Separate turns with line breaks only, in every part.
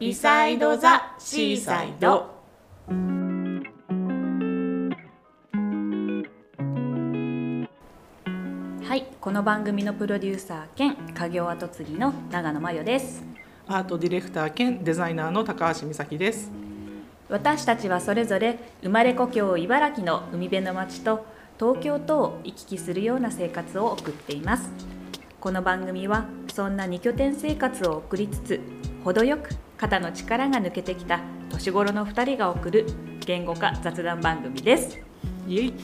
イサイドザシーサイド。
はい、この番組のプロデューサー兼家業跡継ぎの長野真代です。
アートディレクター兼デザイナーの高橋美咲です。
私たちはそれぞれ生まれ故郷茨城の海辺の町と東京とを行き来するような生活を送っていますこの番組はそんな2拠点生活を送りつつ程よく肩の力が抜けてきた年頃の2人が送る言語化雑談番組です
イエイ。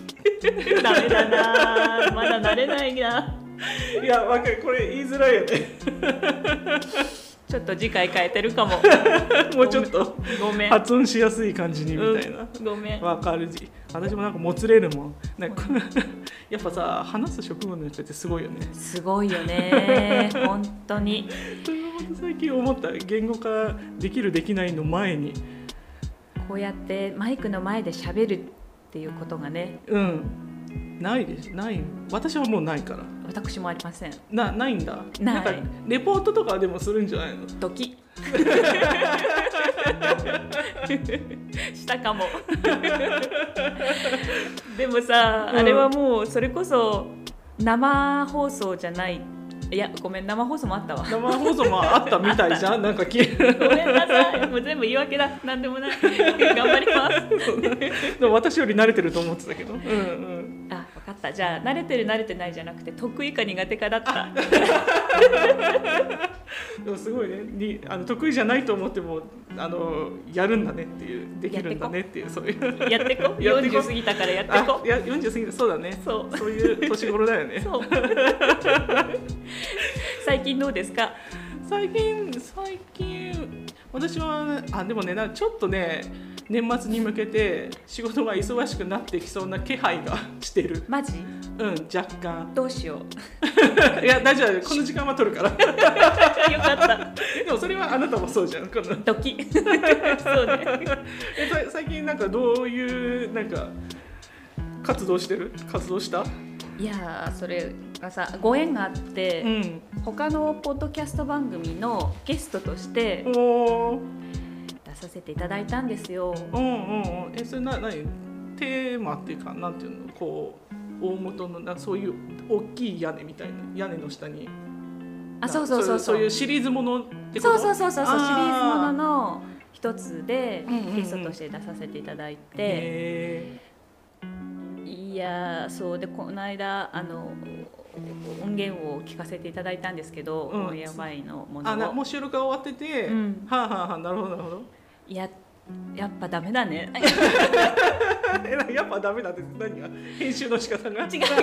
ダメだなまだ慣れないない
や、わかる、これ言いづらいよね。
ちょっと次回変えてる かも
もうちょっと
ご めん
発音しやすい感じにみたいな。
うんごめん
わかるし、私もなんかもつれるもん。なんか やっぱさ、話す職務の人ってすごいよね。
すごいよね本当に
ということで最近思った言語化できるできないの前に、
こうやってマイクの前で喋るっていうことがね
うん、ないでしない。私はもうないから。
私もありません
なないんだ
ない
んかレポートとかはでもするんじゃないの
ドキしたかもでもさ、
うん
あれはもうそれこそ生放送じゃないいやごめん生放送もあったわ
生放送もあったみたいじゃんなんかきで
ごめんなさいもう全部言い訳だなんでもない頑張ります
も私より慣れてると思ってたけど、うんうん、
あ分かったじゃあ慣れてる慣れてないじゃなくて得意か苦手かだった
でもすごいねにあの得意じゃないと思ってもあのやるんだねっていうできるんだねっていうそうい う
やってこ
やってこ
40過ぎたからやって
あ
こ
いや40過ぎてそうだね
そう
そういう年頃だよね
そう最近どうですか
最近最近私はあでもねなんかちょっとね年末に向けて仕事が忙しくなってきそうな気配が してる
マジ
うん若干
どうしようよ
いや大丈夫この時間は取るから
かった
でもそれはあなたもそうじゃんこの
ドキそうね
えさ最近なんかどういうなんか活動してる活動した
いやーそれがさご縁があって、
ん
他のポッドキャスト番組のゲストとして
おー
出させていただいたんですよ
うんうんうんえそれな何テーマっていうかなんていうのこう大元のなそういう大きい屋根みたいな屋根の下に
あそうそうそう
そう
そ
いう
う
シリーズものってこ
そう
と
そうそうそうそうシリ
あー
ーズものの一つで
うんうんうん
ゲストとして出させていただいて、
へ
いやーそうでこの間あの音源を聞かせていただいたんですけど、
うん
オンエア前のも
ーあな
のを
もう収録が終わってて、
うん
はあ、はあはあ、なるほどなるほど
いややっぱダメだね
えなやっぱダメだって何が編集の仕方が
違う逆にも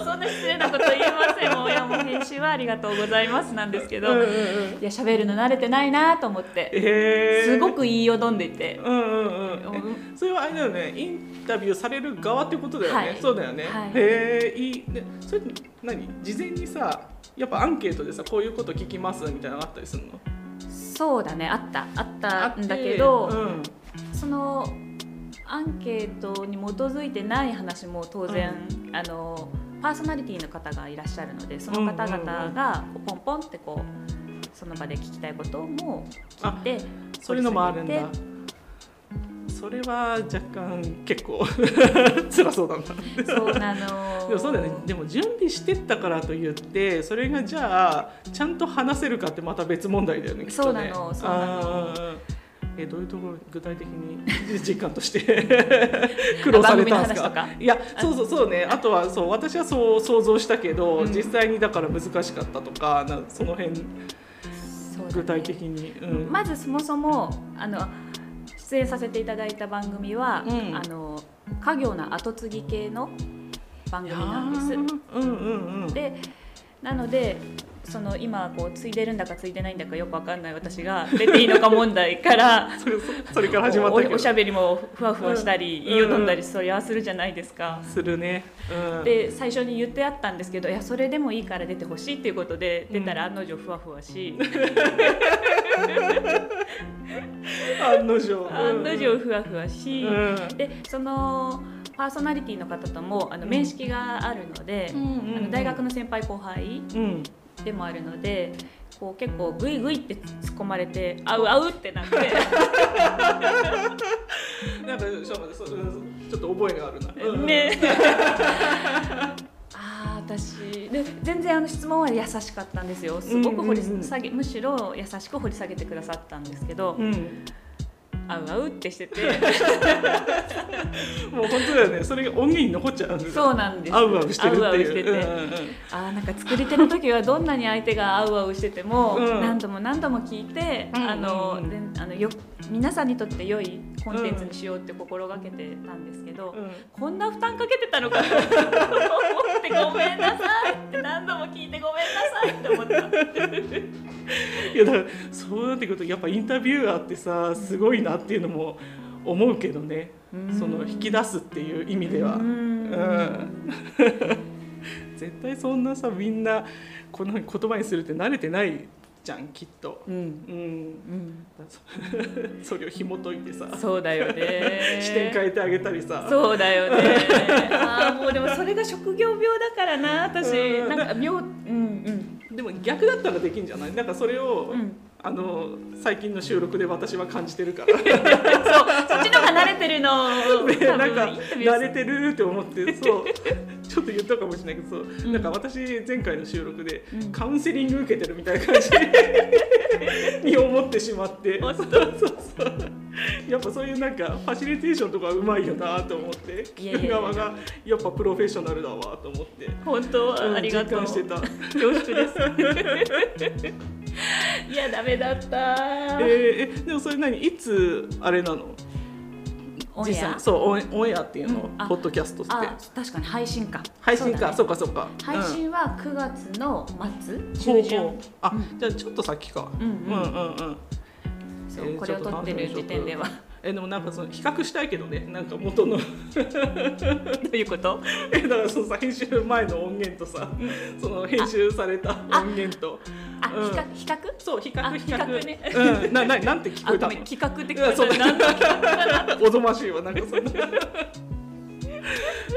うそんな失礼なこと言えま せんもういやもう編集はありがとうございますなんですけど、
うんうん
い
うん
や喋るの慣れてないなと思って
へー
すごく言いよどんでいて、
うんうんうん
う
えそれはあれだよねインタビューされる側ってことだよね、
はい
そうだよね、
はい
へえいいでそれ何事前にさやっぱアンケートでさこういうこと聞きますみたいなのあったりするの
そうだねあったあった
って
んだけど、
うん
そのアンケートに基づいてない話も当然、あのパーソナリティの方がいらっしゃるのでその方々がこうポンポンってこうその場で聞きたいことも聞いて
そういうのもあるんだ
掘り
それは若干結構 辛そうだな
下げてそうなの
でもそうだよねでも準備してったからといってそれがじゃあちゃんと話せるかってまた別問題だよねきっとね
そうなのそうなの
あーえどういうところ具体的に実感として苦労されたんで
番組の話と
す
か
かいやそうそうそうねあとはそう私はそう想像したけど、
うん
実際にだから難しかったとかなその
そ
辺
うだね
具体的に、うん
まずそもそもあの出演させていただいた番組は、
うん
あの家業の後継ぎ系の番
い
組
や
なんです。
ーうんうんうん
でなのでその今こうついでるんだかついでないんだかよくわかんない私が出ていいのか問題から
それそれから始まったけ
お
ど
おしゃべりもふわふわしたり、
うん
言いよどんだりそりゃするじゃないですか。
するね、うん、
で最初に言ってあったんですけどいやそれでもいいから出てほしいっていうことで
う
出
ん
たら案の定ふわふわし、案
案の定
の定ふわふわし、
うん
でそのパーソナリティの方ともあの
うん
面識があるので、
うんうんうん
あの大学の先輩後輩
うん
でもあるのでこう結構グイグイって突っ込まれて「あうあう」ってなって
なんかちょっと待ってそううんちょっと覚えがあるな、う ん
ねああ私で全然あの質問は優しかったんですよすごく掘り下げ、むしろ優しく掘り下げてくださったんですけど「
うん、
あうあう」ってしてて
もう本当だよねそれが音源に残っちゃうんですよ
そうなんです
合う合うしてるっていう
あうあうしてて
うんうんうん
あーなんか作り手の時はどんなに相手があうあうしてても、
うん
何度も何度も聞いて、
うん
あの
うん
であのよ皆さんにとって良いコンテンツにしようって心がけてたんですけど、
う
こんな負担かけてたのかと思ってごめんなさいって何度も聞いてごめんなさいって思った。
ん、いやだからそうなってくるとやっぱインタビュアーってさすごいなっていうのも思うけどねその引き出すっていう意味では。
うん
うん 絶対そんなさみんなこんな言葉にするって慣れてないじゃんきっと。
うん
うん、
う ん
それを紐解いてさ、
そうだよね
視点変えてあげたりさ。
そうだよ ね。ああもうでもそれが職業病だからな私
うん
なんか病うん
でも逆だったらできんじゃないなんかそれを、
うんうん。
あの最近の収録で私は感じてるからね
そうそっちの方が慣れてるの。 多
なん
分
か
インタビュー
慣れてるって思ってそう ちょっと言ったかもしれないけどそう、
ん
なんか私前回の収録で
うん
カウンセリング受けてるみたいな感じ に思ってしまって
あそう
そうそうやっぱそういうなんかファシリテーションとかうまいよなと思って
い
聞
やいやい
く
や
側がやっぱプロフェッショナルだわと思って、
本当はありがとう。
うん実感してた。
恐縮 です。いやダメだ った。
えーえでもそれ何いつあれなの
オンエア
実際そうオンオンエアっていうの、
うんあ
ポッドキャストって
あ確かに配信か。
配信か
そ
そうう,、かそうか
だね。配信は9月の末
うん
中
ほうほ
旬
う。あ、
うん
じゃあちょっと先か
うん
う
うん
んうんうん
そう
えー
これを撮ってる時点では。
えでもなんかその比較したいけどねなんか 元の
どういうこと？
えだからそのさ編集前の音源とさその編集された音源と
あ
うん
比較比較？
そう比
あ
較比
比
較
較ね
うんなななんて聞
あ
こえた
ご
の
めん企画的
いやそう
な何の企画かな。
おぞましいわなんか そん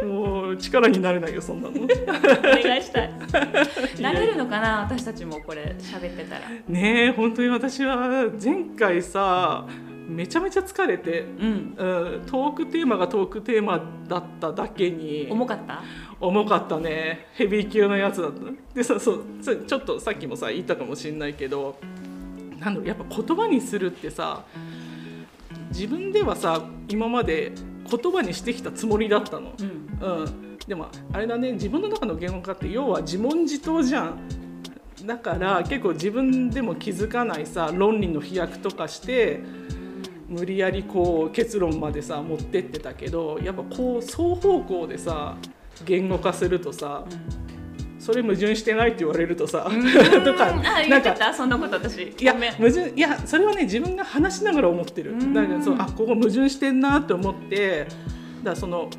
なもう力になれないよそんなの
お願いした い。慣れるのか な私たちもこれ喋ってたら。
ねえ本当に私は前回さめちゃめちゃ疲れて、
うん。
うん、トークテーマがトークテーマだっただけに
重かった？
重かったねヘビー級のやつだったでさそうそうちょっとさっきもさ言ったかもしれないけどなんだろうやっぱ言葉にするってさ自分ではさ今まで言葉にしてきたつもりだったの、
うん。
うん、でもあれだね自分の中の言語化って要は自問自答じゃんだから結構自分でも気づかないさ論理の飛躍とかして無理やりこう結論までさ持ってってたけどやっぱこう双方向でさ言語化するとさそれ矛盾してないって言われるとさとか
あ
な
言
ん
って
か
たそんなこと私。
いや
ごめん
矛盾いやそれはね自分が話しながら思ってる
うん
だからそうあここ矛盾してんなと思ってだからその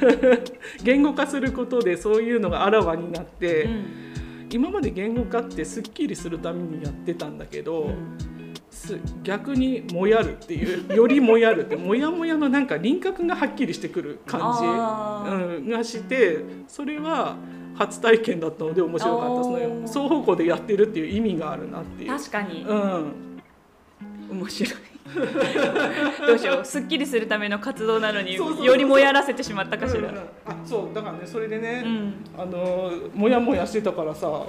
言語化することでそういうのがあらわになって、
うん
今まで言語化ってすっきりするためにやってたんだけど、
うん
す逆にもやるっていうよりもやるってもやもやのなんか輪郭がはっきりしてくる感じ、
あー
うん、がしてそれは初体験だったので面白かったそ
おー
の双方向でやってるっていう意味があるなっていう。
確かに
うん、
面白い。 どうしよう。すっきりするための活動なのに
そうそうそう
よりもやらせてしまったかし
うんう
ら。
んあそうだからねそれでね、
うん。
あのもやもやしてたからさ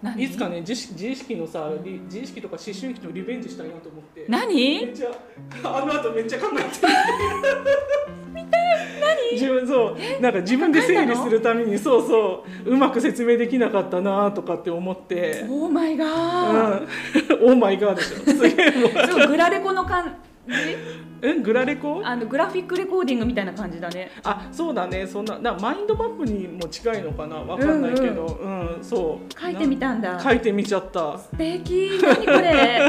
何
いつかね自意自意識のさリ自意識とか思春期のリベンジしたいなと思ってめ
何
っちゃあの後めっちゃ考えて見たい何自分そうなんか自分で整理するためにそうそううまく説明できなかったなとかって思って
オーマイ
うん オ
ガー
ーマイガーでしょす げえもう
そうグラレコの感じ
えグラレコ
あのグラフィックレコーディングみたいな感じだね
あそうだねそんななマインドマップにも近いのかなわかんないけど、うんそう
書いてみたん
な
だ
書いてみちゃった
素敵何これえ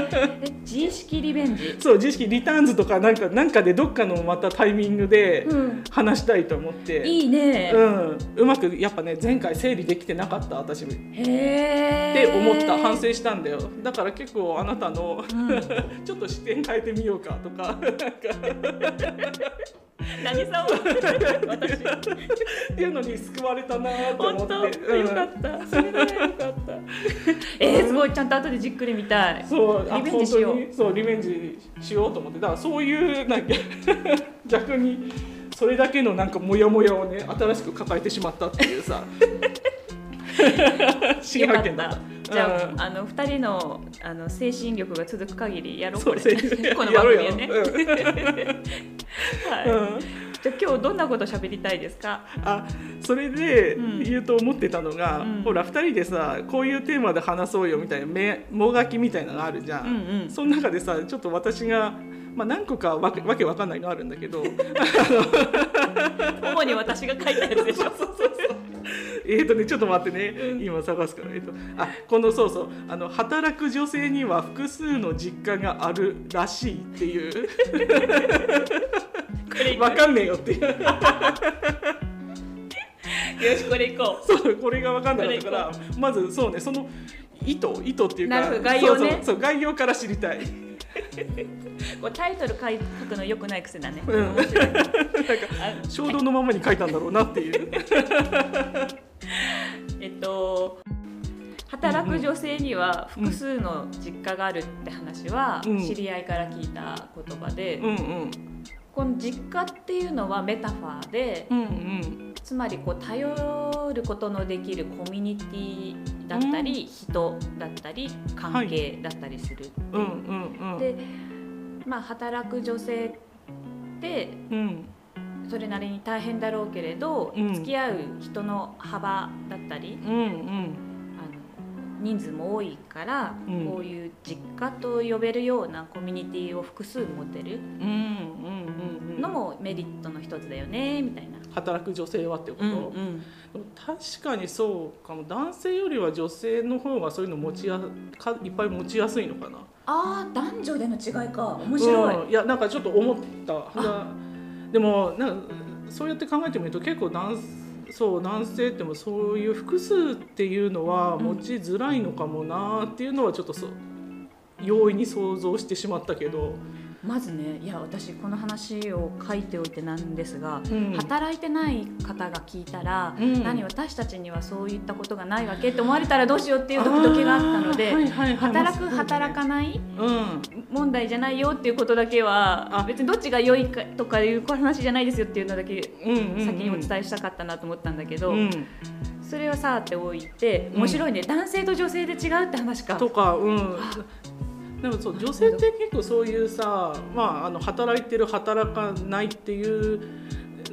自意識リベンジ
そう自意識リターンズとかなんかなんかでどっかのまたタイミングで
うん
話したいと思って、
いいね
うん、うまくやっぱね前回整理できてなかった私っ
へえ
て思った反省したんだよだから結構あな たのちょっと視点変えてみようかとか
何さんは私
っていうのに救われたなーって思
本
って
当よかったそれならよかったえー、すごいちゃんと後でじっくり見たい
そうあ
リベンジしよう
本当にそうリベンジしようと思ってだからそういうなんか 逆にそれだけのなんかモヤモヤをね新しく抱えてしまったってい うさ新
よか
発
っ
見だった
たじゃああの二人のあの精神力が続く限りやろう
そ
こ
う
れ
や
この
や
番
ろう
組
よ
はね、
うん
はい
うん
じゃあ今日どんなこと喋りたいですか
あそれで
うん
言うと思ってたのが、
うん
ほら2人でさこういうテーマで話そうよみたいなめもがきみたいなのがあるじゃん、
うんうん
その中でさちょっと私が、まあ、何個かわけわけわかんないのあるんだけど
主に私が書いたやつでしょ
えっとねちょっと待ってね、今探すから、えっとあこのそうそうあの働く女性には複数の実家があるらしいっ ていう
これ
わかんねえよっていう
よしこれいこう
そうこれがわかんなかったからまずそうねその意図意図っていうか
なるほど概要ね
そうそうそう概要から知りたい。
こうタイトル書い書くのよくない癖だね、
うん
面白いねあ
衝動のままに書いたんだろうなっていう。
えっと働く女性には複数の実家があるって話は
うん
知り合いから聞いた言葉で、
うんうん
この実家っていうのはメタファーで
うんうん
つまりこう頼ることのできるコミュニティだったり、人だったり関係だったりする。
うんうん
で、まあ、働く女性って
うん
それなりに大変だろうけれど、
うん
付き合う人の幅だったり
うんうん
あの人数も多いから、
うん
こういう実家と呼べるようなコミュニティを複数持てる
うんうんうん
のもメリットの一つだよねみたいな。
働く女性はってこと、確かにそうかも男性よりは女性の方がそういうの持ちやかいっぱい持ちやすいのかな
あー男女での違いか面
面
白い、
いやなんかちょっと思ったでもなんかそうやって考えてみると結構男そう男性ってもそういう複数っていうのは持ちづらいのかもなっていうのはちょっとそう容易に想像してしまったけど、
まずねいや私この話を書いておいてなんですが、
うん
働いてない方が聞いたら、
うん
何私たちにはそういったことがないわけって思われたらどうしようっていうドキドキがあったので、
あーはいはいはい
働く
まあ
働かない
うん
問題じゃないよっていうことだけ
あ
は別にどっちが良いかとかいう話じゃないですよっていうのだけ
うんうんうん
先にお伝えしたかったなと思ったんだけど、
うん
それはさーっておいて
うん
面白いね、男性と女性で違うって話か。
とかうんでもそう女性って結構そういうさ、まあ、あの働いてる働かないっていう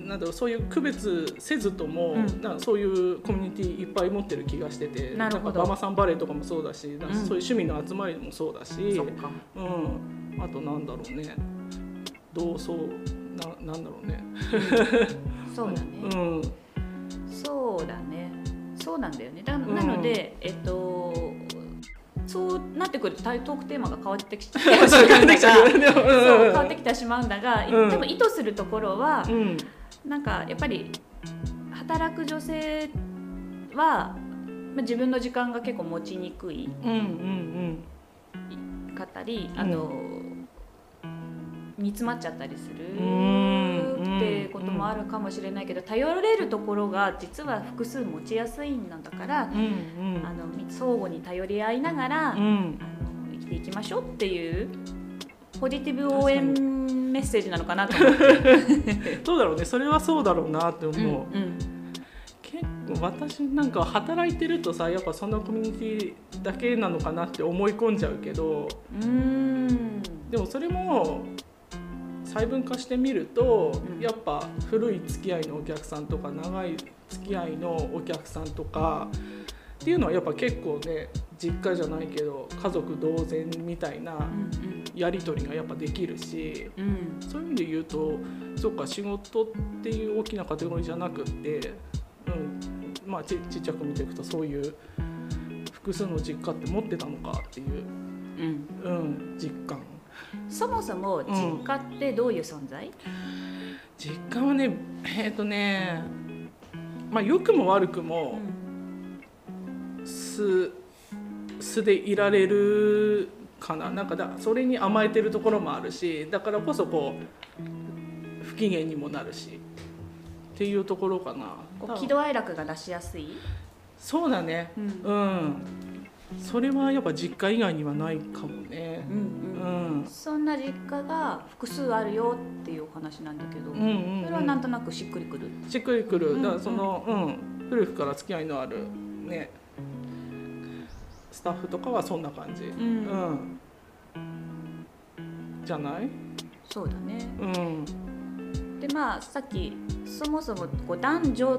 なんだろうそういう区別せずとも、
うん
なんかそういうコミュニティいっぱい持ってる気がしてて
なるほど
んかママさんバレーとかもそうだしなんか
うん
そういう趣味の集まりもそうだし、
そう
う
か
ん、あとなんだろうね同窓ななんだろうね。
そうだね、
うん
そうだね。そうなんだよね。だ
ん
なので、えっと。そうなってくるとトークテーマが変わってきて変わってきてしまうんだが、
でもうん
そう変わってきてしまうんだが、
うん
でも意図するところは
う、ん
なんかやっぱり働く女性は、まあ、自分の時間が結構持ちにくい
うんうん
かったり、あの煮詰まっちゃったりする。
うん
ってこともあるかもしれないけど頼れるところが実は複数持ちやすいんだから
うんうん
あの相互に頼り合いながら、
う
あの
ん
生きていきましょうっていうポジティブ応援メッセージなのかなと思って、
そうだろうねそれはそうだろうなって思う、
うん
結構私なんか働いてるとさやっぱそんなコミュニティだけなのかなって思い込んじゃうけど
うん、うーん
でもそれも細分化してみると、
うん
やっぱ古い付き合いのお客さんとか長い付き合いのお客さんとかっていうのはやっぱ結構ね実家じゃないけど家族同然みたいな
うん
やり取りがやっぱできるし。
うん
そういう意味で言うとそうか仕事っていう大きなカテゴリーじゃなくって、うんまあ、ちちっちゃく見ていくとそういう複数の実家って持ってたのかっていう、
うん
うん、実感
そもそも実家ってどういう存在、
実感はねえっ、とねまあ良くも悪くも素素でいられるかななんかだそれに甘えてるところもあるしだからこそこう不機嫌にもなるしっていうところかな
こう喜怒哀楽が出しやすい、
そうだね
うん
うんそれはやっぱ実家以外にはないかもね
うん
うん
そんな実家が複数あるよっていうお話なんだけど、
うんうん、うん、
それはなんとなくしっくりくる、
しっくりく
うんう
る
ん
だからその、うん古くから付き合いのあるねスタッフとかはそんな感じ、
う
うんん、じゃない、
そうだね
うん、
でまあさっきそもそもこう男女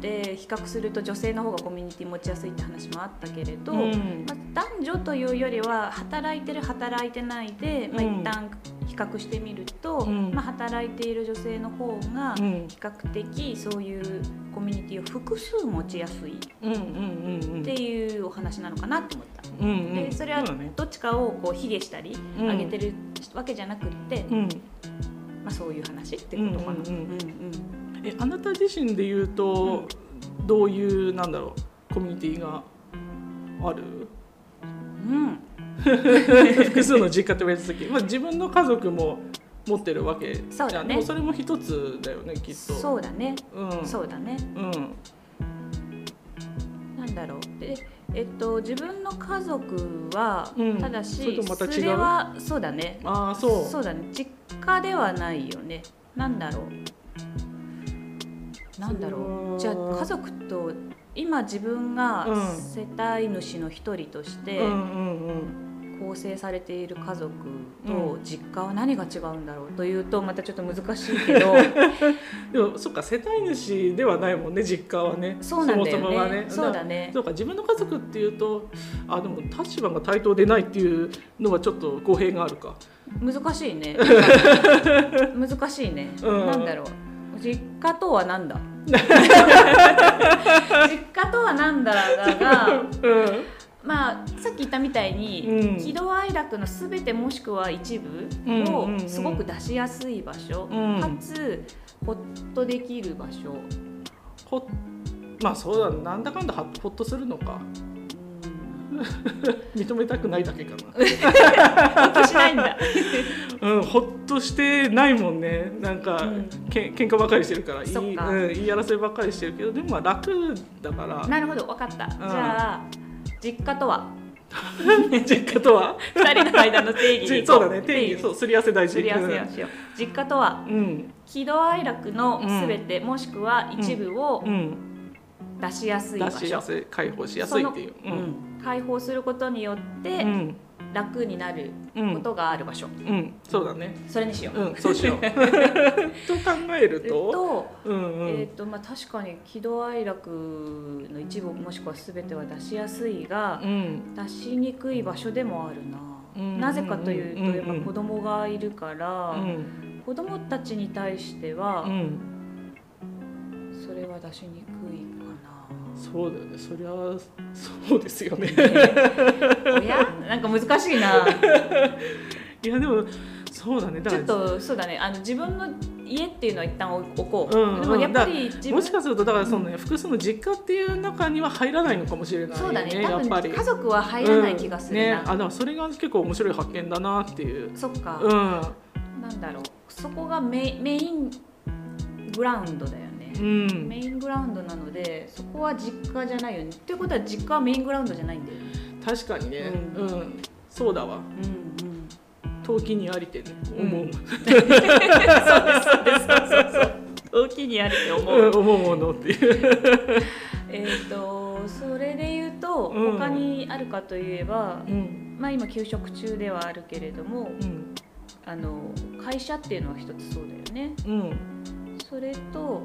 で比較すると女性の方がコミュニティ持ちやすいって話もあったけれど、
うん
まあ、男女というよりは働いてる働いてないで、まあ、
うん
一旦比較してみると、
うん
まあ、働いている女性の方が
う
比
ん
較的そういうコミュニティを複数持ちやすいっ
うんうんうんうん
ていうお話なのかなって思った。
うんうん
でそれは
うだね
どっちかをこう卑下したり
うん
上げてるわけじゃなくって、
うん、
まあ、そういう話ってことかな。
うんうんうん
うんうん
えあなた自身で言うと、どういうなんだろうコミュニティがある
うん、
複数の実家と言われた時、まあ、自分の家族も持ってるわけじ
そう
ゃ
だ
ん
ね
でもそれも一つだよねきっと。
そうだね、
うん
そうだね
うん
なんだろうでえっと自分の家族は、
うん
ただし
それとまた違う
れはそうだね
ああそう
そうだね実家ではないよねなんだろうなんだろう
そ
じゃ
れ
あ
は
家族と今自分が
うん
世帯主の一人として
うんうんうん
構成されている家族と実家は何が違うんだろうというとまたちょっと難しいけ ど
でもそっか世帯主ではないもんね実家はね
そうなんだよ
そもそもはね
ねそうだね
そうか自分の家族っていうとあでも立場が対等でないっていうのはちょっと語弊があるか
難しい ね難しいね、
うん
なんだろう実家とは なんだ実家とはなんだがが
うん
まあさっき言ったみたいに、
うん
喜怒哀楽の全てもしくは一部
うんうんう
を
ん
すごく出しやすい場所、
うん
かつホッとできる場 所、
ほっまあそうだねなんだかんだはほっとするのか
うん、
認めたくないだけか
ホッとしないんだ
なうんほっとしてないもんねなんか、
うん
けん喧嘩ばっかりしてるからいい
そっか
うん、言い争いばっかりしてるけどでもまあ楽だから
なるほど分かった、じゃあ実家とは
実家とは
2人の間の定義でい こ
じそうだね定義
定
そうすり合わせ大事
すり合わせをしよう実家とは
うん
喜怒哀楽のすべて、もしくは一部を
うん
出しやすい場
出
所、
しやすい解放しやすいっていう
そのうん解放することによって
うん
楽になる
う
こ
ん
とがある場所、
うんそうだね
それにしよう、
うんそうしようと考える
えっ
と
と,、
うんう
えっ
ん
とまあ、確かに喜怒哀楽の一部もしくはすべては出しやすいが
う、ん
出しにくい場所でもあるな、
うん
なぜかというと、
うん
やっぱ子供がいるから、
うん
子供たちに対しては、
うん
それは出しにくいかな。
そうだよねそりゃそうですよね
おや なんか難しいな
いやでもそうだねだ
ち
か
ょっ
ら
とそうだねあの自分の家っていうのは一旦置こう、
うん
でもやっぱり自分
もしかするとだからそのね複数の実家っていう中には入らないのかもしれない
そ
よ
うだね
ね
多
やっぱり
分家族は入らない気がする
うんね
な、
あだからそれが結構面白い発見だなっていう
そっか、
うん
なんだろうそこがメインメイングラウンドだよね、
うん
メイングラウンドなのでそこは実家じゃないよねっていうことは実家はメイングラウンドじゃないんだよね
確かにね、
う
うんそうだわ
うんうん
陶器にありてね思う、
そうですそうそうそう大きいにあるって思
う、
うん
思うものっていう
えっ、とそれで言うと
うん
他にあるかといえば、
うん
まあ、今休職中ではあるけれども
うん
あの会社っていうのは一つそうだよね
うん
それと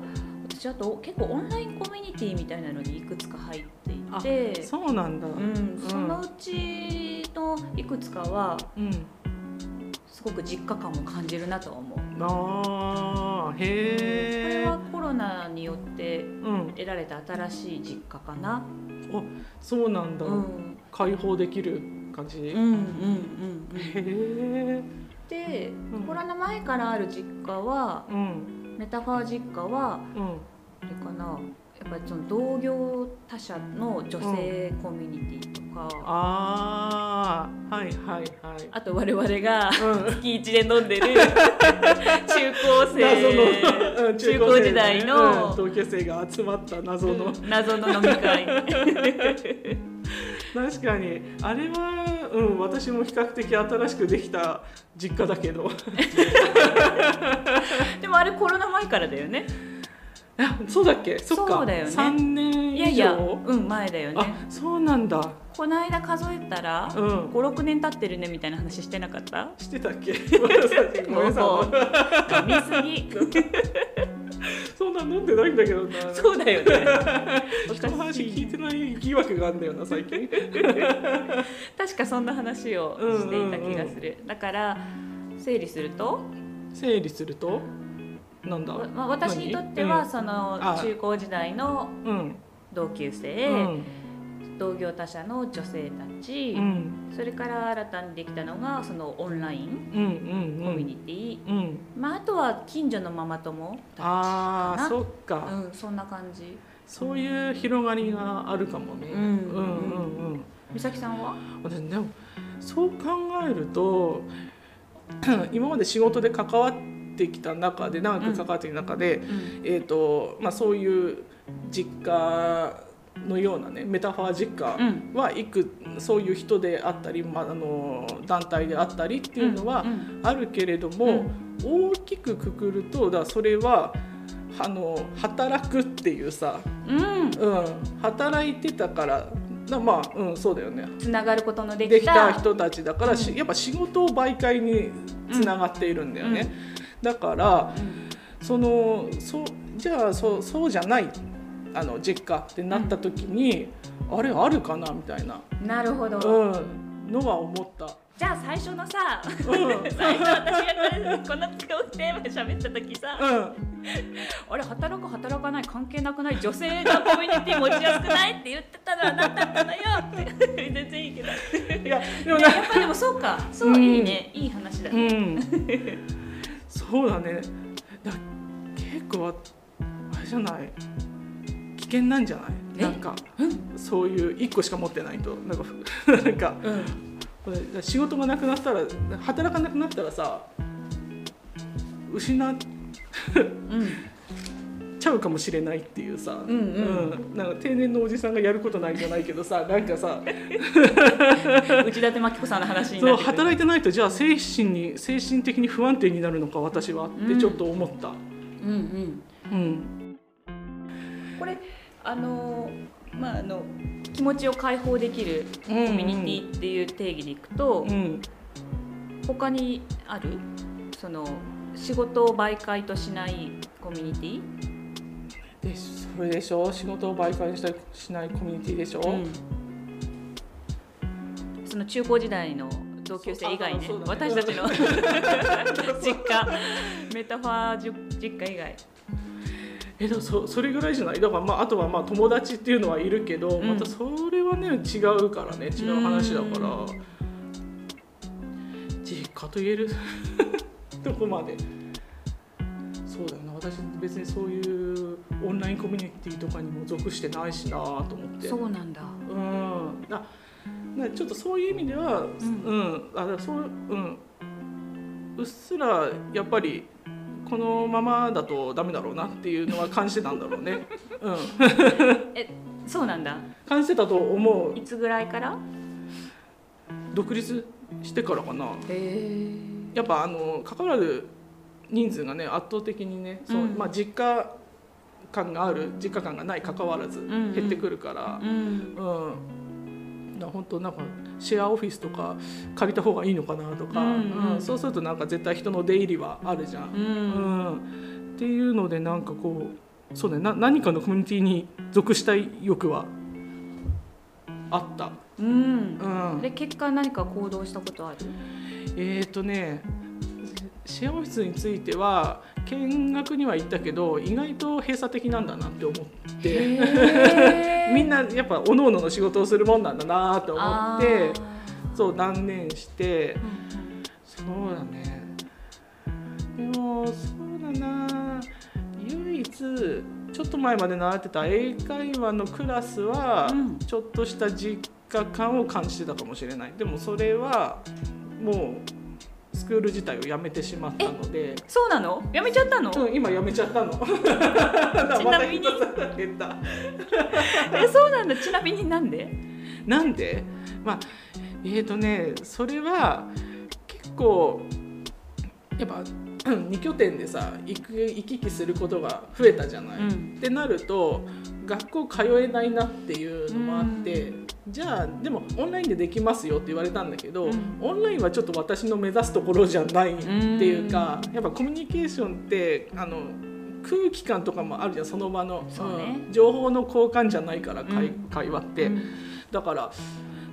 私あと結構オンラインコミュニティみたいなのにいくつか入っていて
そうなんだ
うんそのうちのいくつかは
うん
すごく実家感を感じるなとは思う。
あー
こ
へ
れ
え
はコロナによって
うん
得られた新しい実家かな。
そうなん
う
だ、
ん、うん
解放できる感じ、
うんうんうん
へえ
で、
ん
コロナ前からある実家は
うん
メタファー実家は
うん
あれかなやっぱりその同業他社の女性コミュニティとか
ああはいはいはい
あと我々 が
うん
月一で飲んで る中高生
謎のうん
中高時代の
うん同級生が集まった謎の、
謎の飲み会
確かにあれはうん私も比較的新しくできた実家だけど
でもあれコロナ前からだよね
あそうだっけそっか
そうだよね
3年以上
いやいやうん前だよね
あそうなんだ
この間数えたら、
うん
56年経ってるねみたいな話してなかった
してたっけ ごめんなさいごめんな
もう
さ
飲みすぎ
いそんな飲んでないんだけどな
そうだよね お
人の
か
話
し
聞い
い
てない疑惑があるんだよな最 近
確かそんな話をしていた気がする、だから整理すると、
整理するとなんだ
まあ、私にとっては
何
その
あ
中高時代の
うん
同級
う
生、
ん
同業他社の女性たち、
うん
それから新たにできたのがそのオンライン
うんうんう
コ
ん
ミュニティ、
うん
まあ、あとは近所のママ友
あ
かな
あそっか、
うん、そんな感じ
そういう広がりがあるかもね、
うん
うんうんうん
美咲さんは
私でもそう考えると 今まで仕事で関わってきた中で長く関わってきた中で、
うん
えーとまあ、そういう実家のようなねメタファー実家
うん
はいくそういう人であったり、まあ、あの団体であったりっていうのは
うん
あるけれど
う
も、大きくくくるとだからそれはあの働くっていうさ、
うん
うん、働いてたからなまあ、うん、そうだよね
つながることので
で
き
き
た
た人たちだから、しやっぱ仕事を媒介につながっているんだよね、
うん
だから
うん
そのそうじゃあそうそうじゃないあの実家ってなった時に、あれあるかなみたいな、
なるほど、
うん、のは思った。
じゃあ最初のさ
うん
最初私がこのテーマで喋った時さ、
うん、
あれ働く働かない関係なくない女性のコミュニティ持ちやすくないって言ってたのは何だったのよって全然いいけど
いやでも
や
な
っぱでもそうかそう、
うん
いいねいい話だ
う
ね、
ん、そうだねだ結構あれじゃない危険なんじゃない
え
なんかそういう1個しか持ってないとなんか ふなんか
うん
これ仕事がなくなったら働かなくなったらさ失っちゃうかもしれないっていうさ、
んうん
うんなんか定年のおじさんがやることないんじゃないけどさなんかさ
内館真紀子さんの話に
そ
な
う
ってくる
働いてないとじゃあ精神に精神的に不安定になるのか私はってちょっと思った。
うん
うん
うん、これあのーまああの気持ちを解放できるコミュニティっていう定義でいくと、
うん、
他にあるその仕事を媒介としないコミュニ
でそれでしょ仕事を媒介したりしないコミュニティでしょ、
ティ、その中高時代の同級生以外ね
そうあそうだね
私たち の実家メタファーじゅ実家以外
えでもそそれぐらいじゃないだから、まあ、あとはまあ友達っていうのはいるけど、
うん
またそれはね違うからね違う話だから実家と言える どこまでそうだよな私別にそういうオンラインコミュニティとかにも属してないしなと思って
そうなんだ
うん、あなちょっとそういう意味では、うんんあだからそううん、うっすらやっぱりこのままだとダメだろうなっていうのは感じてたんだろう ね、うん、
そうなんだ
感じてたと思う
いつぐらいから
独立してからかな
へえ
やっぱあの関わる人数がね圧倒的にね、そう
うん
まあ、実家感がある実家感がない関わらず
んうん
減ってくるから。
うん
うん、だから本当なんかシェアオフィスとか借りた方がいいのかなとか、
うんうん
うんそうするとなんか絶対人の出入りはあるじゃ。
うん
うん
ん
っていうのでなんかこうそうねな何かのコミュニティに属したい欲はあった。
うん
うん、
で結果何か行動したことある
えっ、ー、とねシェアオフィスについては見学には行ったけど意外と閉鎖的なんだなって思って。
へ
みん
な
なやっぱ各々の仕事をするもんなんだなと思ってそう断念してそうだねでもそうだな唯一ちょっと前まで習ってた英会話のクラスは、
うん
ちょっとした実果感を感じてたかもしれないでもそれはもうスクール自体をやめてしまったので、
そうなのやめちゃったの、
うん、今やめちゃったの だからまた一つ減った
えそうなんだちなみになんで
なんでまあえー、とねそれは結構やっぱ2拠点でさ行く行き来することが増えたじゃない、
うん
ってなると学校通えないなっていうのもあって、じゃあでもオンラインでできますよって言われたんだけど、
うん
オンラインはちょっと私の目指すところじゃないっていうか、やっぱコミュニケーションってあの空気感とかもあるじゃんその場の
そうね
ん情報の交換じゃないから会,、
うん
会話って。だからだか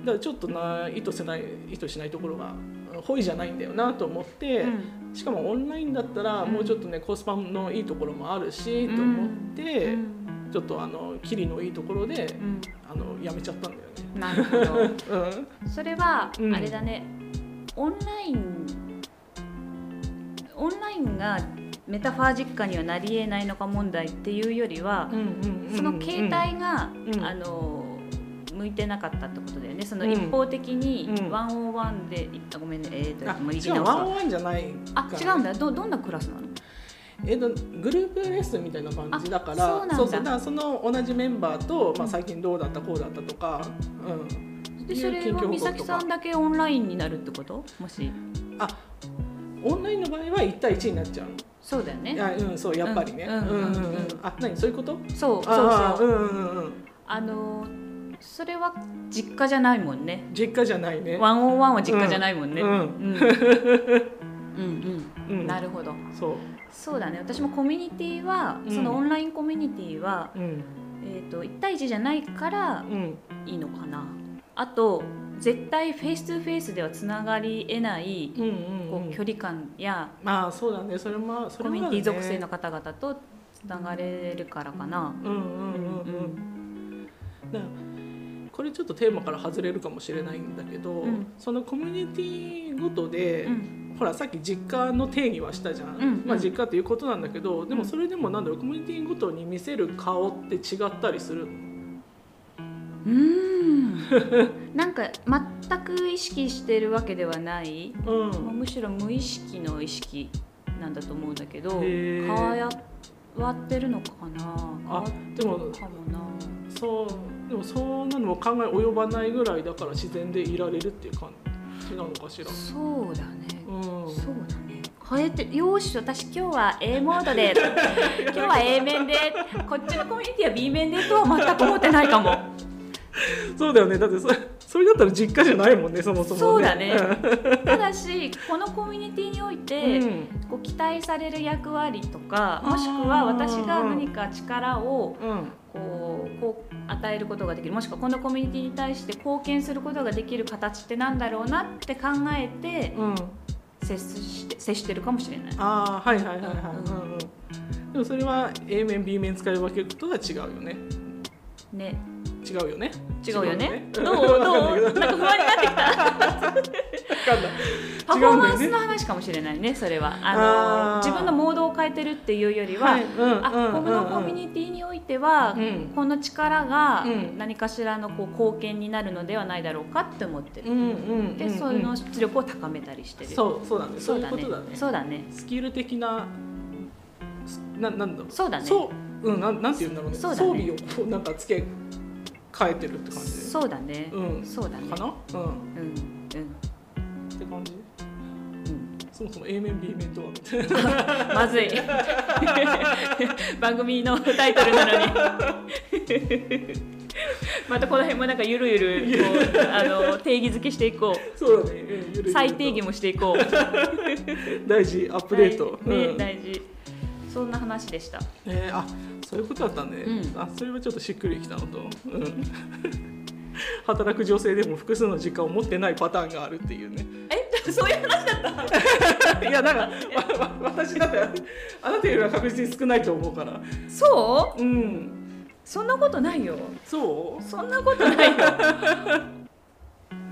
らちょっとな意図せない意図しないところがうん本意じゃないんだよなと思って、
うん
しかもオンラインだったら
うん
もうちょっとね、コスパのいいところもあるし、
うん
と思っ
う
て、
ん
ちょっとあのキリのいいところで、
うん
あのやめちゃったんだよね。
なるほど
う ん、
それは
うん
あれだね、オンラインオンラインがメタファー実家にはなりえないのか問題っていうよりは、その携帯が、
うん
あの向いてなかったってことだよねその
うん
一方的に
うん
ワンオワンで、あごめんねえー、と
あ
もう言い
違う
直
ワ
す
ン
わ
オンワンじゃない
あ
から
違うんだどどんなクラスなの
えっとグループレッスンみたいな感じだから
あそうなんだ
そうだからその同じメンバーと、まあ、最近どうだったこうだったとか、うん、
でそれ
近況報
は
告
美咲さんだけオンラインになるってこともし
あオンラインの場合は1対1になっちゃうの
そうだよ
い
ね
やうんそうやっぱりね
うんうんうんうん
あ何そういうこと
そうそう
ああ
そううん
うんうん
あのそれは実家じゃないもんね
実家じゃないね
ワンオンワンは実家じゃないもんね。
うん
うん、うん、
う
うんん、なるほど。
そ
そうだね。私もコミュニティは、
うん
そのオンラインコミュニティは、
ううん
えっ、と一対一じゃないから
うん
いいのかな。あと絶対フェイス2フェイスではつながり得ない
うんう
こ
んう
うん距離感や
まあそうだねそれもそ
コ
れも
ミュ
あ
ニ
る
テ
ね
ィ属性の方々とつながれるからかな。
うんうんう
う
んうん
ん
だからこれちょっとテーマから外れるかもしれないんだけど、
うん
そのコミュニティごとで、
うん
ほらさっき実家の定義はしたじゃん、
うんうん
まあ、実家っていうことなんだけどでもそれでもなんだろうコミュニティごとに見せる顔って違ったりするの
うーん なんか全く意識してるわけではない
うん
まあむしろ無意識の意識なんだと思うんだけど
へー
変わってるのかな変わ
あ
って
で
る
も
かもな
そうでもそんなのも考え及ばないぐらいだから自然でいられるっていう感じなのかしら。
そうだね、
うん、
そうだね変えてよーし私今日は A モードで 今日は A 面でこっちのコミュニティは B 面でとは全く思ってないかも
そうだよねだってそそれだったら実家じゃないもんねそもそも、
そうだねただしこのコミュニティにおいて、
うん
こう期待される役割とか
あー
もしくは私が何か力を
うん
こうこう与えることができるもしくはこのコミュニティに対して貢献することができる形ってなんだろうなって考えて
うん、
接して接してるかもしれない。
ああはいはいはいはい、
う
うんんうんでもそれは A 面 B 面使い分けるとは違うよね
ね、
違うよね
違うよね。
違
どう
よね わかん
ど
ないうけ
なんか
ど
不安になってきた。
わかんない
パフォーマン
違う
ス
ん
の
だ
話かもしれないね。それはあの
あー
自分のモードを変えてるっていうよりは、
いうん
あ
うん
このコミュニティにおいては。
うん
この力が
うん
何かしらのこう貢献になるのではないだろうかって思ってる
う、んうんうん
でその出力を高めたりしてる
そうそうだねそういうことだね
そうだね
スキル的なすななんだろう
そうだね
そううんなんなんて言うんだろうね
そうだね
装備をこうなんか付け替えてるって感じ
そうだね、
うん
そうだね
かなうん
うんうん
って感じ
うん
そもそも A 面 B 面とはみたいな
まずい 番組のタイトルなのに またこの辺もなんかゆるゆるこうあの定義づけしてい こ
そうだねうんゆるゆ
う
る
再定義もしていこう
大事アップデート
大事ね、
うん
大事そんな話でした
えーあそういうことだったね、
うん
あそれはちょっとしっくりきたのと、うん 働く女性でも複数の時間を持ってないパターンがあるっていうね
えそういう話だった
いや なんかわわ私だってあなたよりは確実に少ないと思うから
そう
うん
そんなことないよ
そう
そんなことないよ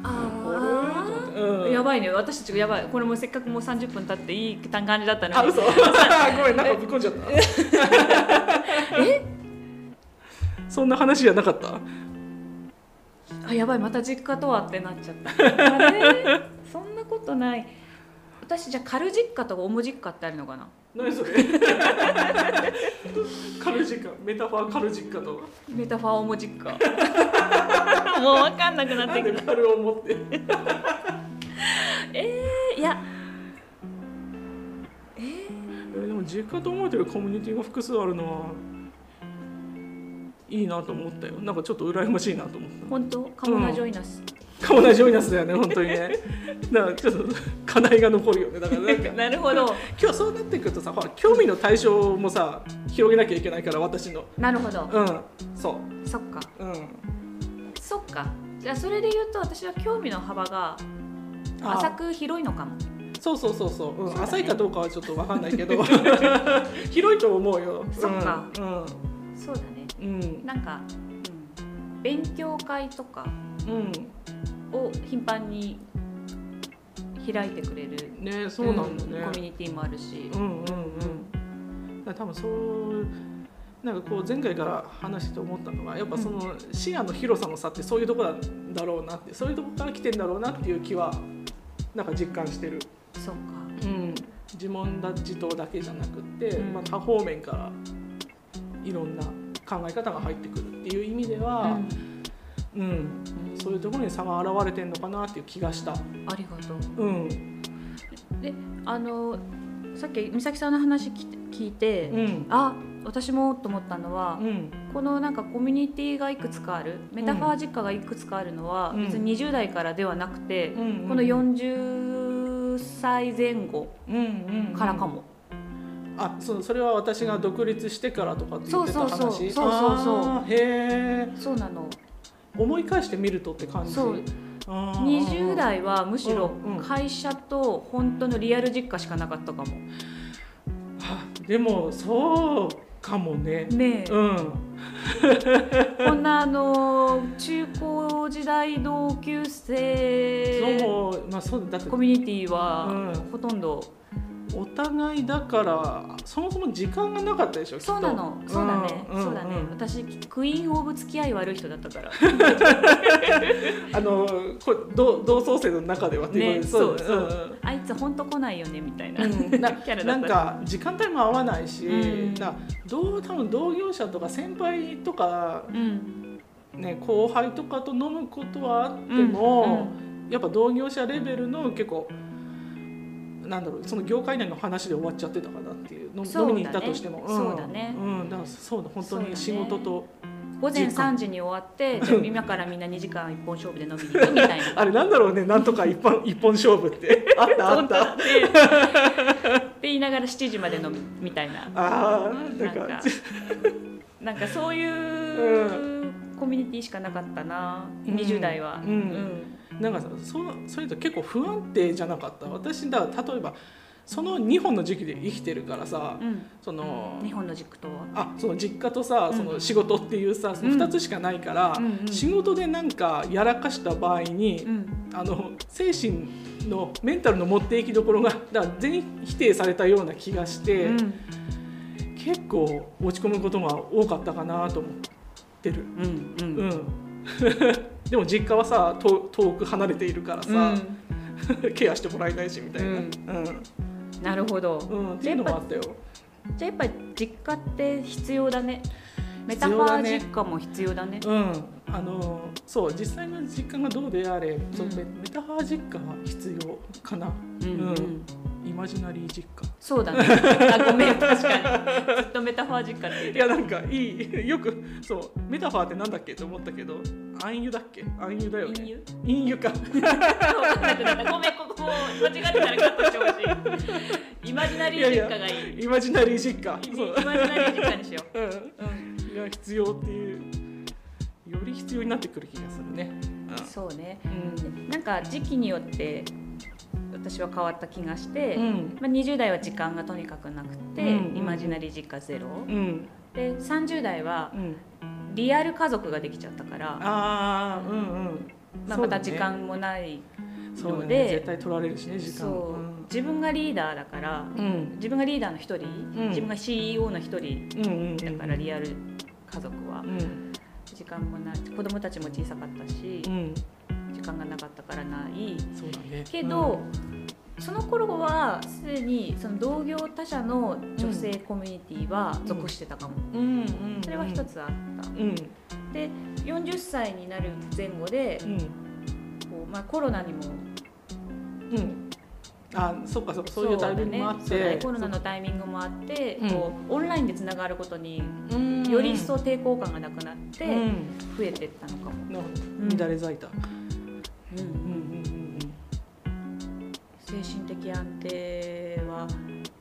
あー
うん
やばいね私たちがやばいこれもせっかくもう30分経っていい感じだった
あ
のに
嘘 ごめんなんかぶっこんじゃったえ そんな話じゃなかった
あやばいまた実家とはってなっちゃったあれ そんなことない私じゃあ軽実家とか重実家ってあるのかな
何それカルジカメタファーカルジカとか
メタファー重実 家もう分かんなくなっ
な
て
んで
きた
カルを持って
いや
えーでも実家と思えてるコミュニティが複数あるのはいいなと思ったよなんかちょっと羨ましいなと思っ
本当カモナジョイナス、
た顔なジョイナスだよね本当にねだからちょっと課題が残るよねだからなんか
なるほど
今日そうなってくるとさほら興味の対象もさ広げなきゃいけないから私の
なるほど
うんそ
そっか
ううん
そっかじゃあそれで言うと私は興味の幅が
あ
浅く広いのかも
そうそうそうそう、うん
そうだね
浅いかどうかはちょっとわかんないけど 広いと思うよ
そっか
う
そうだね
んうん
なんか、うん、勉強会とか
うん、
を頻繁に開いてくれる
うん、ねそうなんだね、
コミュニティもあるし
う、んうんうんだから多分そうなんかこう前回から話してて思ったのがやっぱその視野の広さの差ってそういうとこなんだろうなってそういうとこから来てんだろうなっていう気はなんか実感してる、
そうか
うん、自問だ自答だけじゃなくって、
うん
まあ、多方面からいろんな考え方が入ってくるっていう意味では、うんそういうところに差が現れてんのかなっていう気がした。
うんありがとう
うん
であのさっき美咲さんの話き聞いて、
うん
あ私もと思ったのは
う、ん
このなんかコミュニティがいくつかあるメタファー実家がいくつかあるのは、
うん
別に20代からではなくて、
うん
この40歳前後
うんうんうん
からかも、
あそうそれは私が独立してからとかって言ってた話
そうそうそうそうそうそう
あーへえ
そうなの
思い返してみるとって感じ
そう
あー
20代はむしろ
うんうん
会社と本当のリアル実家しかなかったかも
はでもそうかもね
ねえ
うん
こんなあの中高時代同級生
そうまあそうだって
コミュニティは
うん
ほとんど、
お互いだからそもそも時間がなかったでしょきっと
そうなのそうだね、
んん
そうだね、
ん
私クイーン・オブ付き合い悪い人だったから
あのこれ同同窓生の中ではっていう
ね
ことで
そう
うんうん
あいつほんと来ないよねみたい な、
うんな
キャラだ
な
っ
ん
た
か時間帯も合わないし、
うん
だどう多分同業者とか先輩とか、
うん
ね、後輩とかと飲むことはあっても、やっぱ同業者レベルの結構なんだろうその業界内の話で終わっちゃってたかなっていうの
そうだね
飲みに行ったとしても、
そうだね
うん、だからそうだ本
そ
当
うだね
に仕事と、
午前
時間
3時に終わってじゃあ今からみんな2時間一本勝負で飲みに行くみたいな
あれなんだろうねなんとか一本一本勝負って あったあったあ
って言いながら7時まで飲むみたいな
あー
な
なんん
か
か
なんかそういううコミュニティしかなかったな、
うん
20代は、
うんなんかさそうそれと結構不安定じゃなかった私だから例えばその2本の時期で生きてるからさ、
うん
その
日本の軸とは
あその実家とさ
うん
その仕事っていうさ、その
うん
2つしかないから、
うんうん
仕事でなんかやらかした場合に
う、ん
あの精神のメンタルの持っていきどころがだから全否定されたような気がして、
うん
結構落ち込むことが多かったかなと思ってる。
うんう
うんん でも実家はさ遠遠く離れているからさ、 ケアしてもらえないしみたいな、
う
うんん
なるほど
うんっていうのもあったよ
じゃあやっぱり実家って必要だねメタ
必
フ
要
ァ
だ
ー
ね
実家も必要だね
うんあのそう実際の実感がどうであれ、そう
うん
メメタファー実家は必要かな
うんうん
うんイマジナリー実家
そうだね。あごめん確 かに。ずっとメタファー実家って
いやなんかい いよくそうメタファーってなんだっけと思ったけど暗喩だっけ暗喩だよ
言
ね
う。
陰 喩か
わかんなくなった。ごめんここも間違ってたらカットしてほしい。イマジナリー実家がいい。
イマジナリー実家
イ
そう
マジナリー実家にしよ
う
う。うん。
んが必要っていうより必要になってくる気がするね
そうね。
うん
なんか時期によって私は変わった気がして。
うん
まあ、20代は時間がとにかくなくて、
うん
イマジナリー実家ゼロ、
うん
で30代は
うん
リアル家族ができちゃったから、
ああうんうん
まあ、
そ
ま
うだ
た
ね
時間もない
そうだ
ので
ね絶対取られるしね時間
そう、自分がリーダーだから
うん
自分がリーダーの一人、
うん
自分が CEO の一人
うんうんうん
だからリアル家族は
うん
時間もない子供たちも小さかったし
う、ん
時間がなかったからない
そうだね
けど、その頃はすでにその同業他社の女性コミュニティは属してたかも、
うん、うんうんうん
それは一つあった、
うん
で40歳になる前後で、
うん
こうまあ、コロナにも
うんあそっかそっかそういうタイミングもあって
そうだねそうだねコロナのタイミングもあって、
うん
こうオンラインでつながることに
うん
より一層抵抗感がなくなって
うん
増えてったのかも、
の
うん
乱れ咲いた、
う
う
ん
んうん
精神的安定は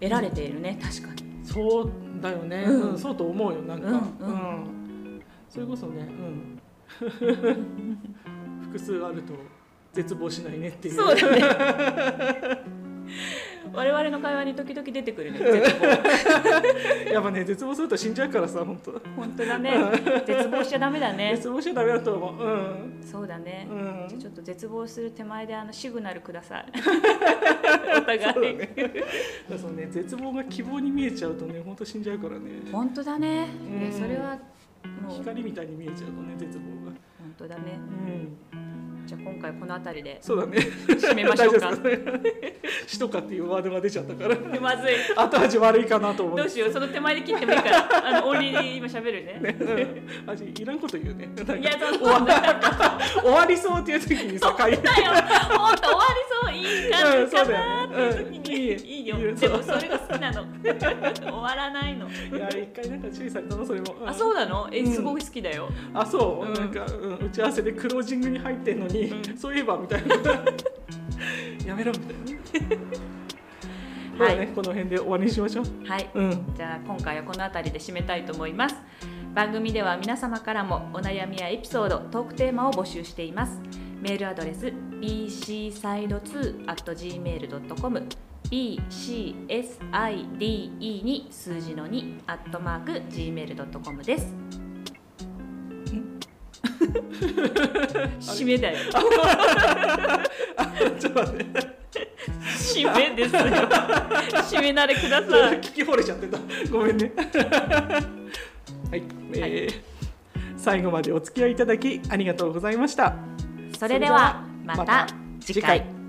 得られているね確かに
うん、そうだよね、
うん
うん、そうと思うよなんか、
うん
うんそれこそね、うん、 複数あると絶望しないねっていう
そうだね 我々の会話に時々出てくるね絶望
やっぱね絶望すると死んじゃうからさ本当、
本当だね絶望しちゃダメだね
絶望しちゃダメだと思ううん
そうだね、
うん
じゃあちょっと絶望する手前であのシグナルくだ さいお互
そうだ
い、
ねだからそのね絶望が希望に見えちゃうとね本当死んじゃうからね
本当だね、いや
うん
それはもう
光みたいに見えちゃうとね絶望が
本当だね
うん
じゃあ今回この辺りで
そうだね
締めましょうか
大丈夫です死とかっていうワードが出ちゃったから
まずい
後味悪いかなと思
ど
っ
う
て
しようその手前で切ってもいいからあのオンリーで今喋るね
うん味いらんこと言うねなんか
いやそんな
終わ終わりそうっていう時 にさ会議
だよ本当終わりそういい感じかなーっていう時に、
うんそうだよねうん
いい
いい
よ
よ
でもそれが好きなの終わらないの
いや一回なんか注意されたのそれも、うん
あそうなのえ
うん
すごい好きだよ、
あそう、
うん
なんか、うん、打ち合わせでクロージングに入ってんのに、
うん
そういえばみたいなやめろみたいなね まあ
は
ね、
い
この辺で終わりにしましょう
はい
うん
じゃあ今回はこの辺りで締めたいと思います番組では皆様からもお悩みやエピソードトークテーマを募集していますメールアドレス bcside2 gmail.com bcside に数字の2 gmail.com です 締めだよ
ちょっと待って
締めですよ締め慣れくだ
ちょっ
さ
と
い
聞き惚れちゃってたごめん ねはい、えー最後までお付き合いいただきありがとうございました
それではま
ま
た
た
次
次
回
回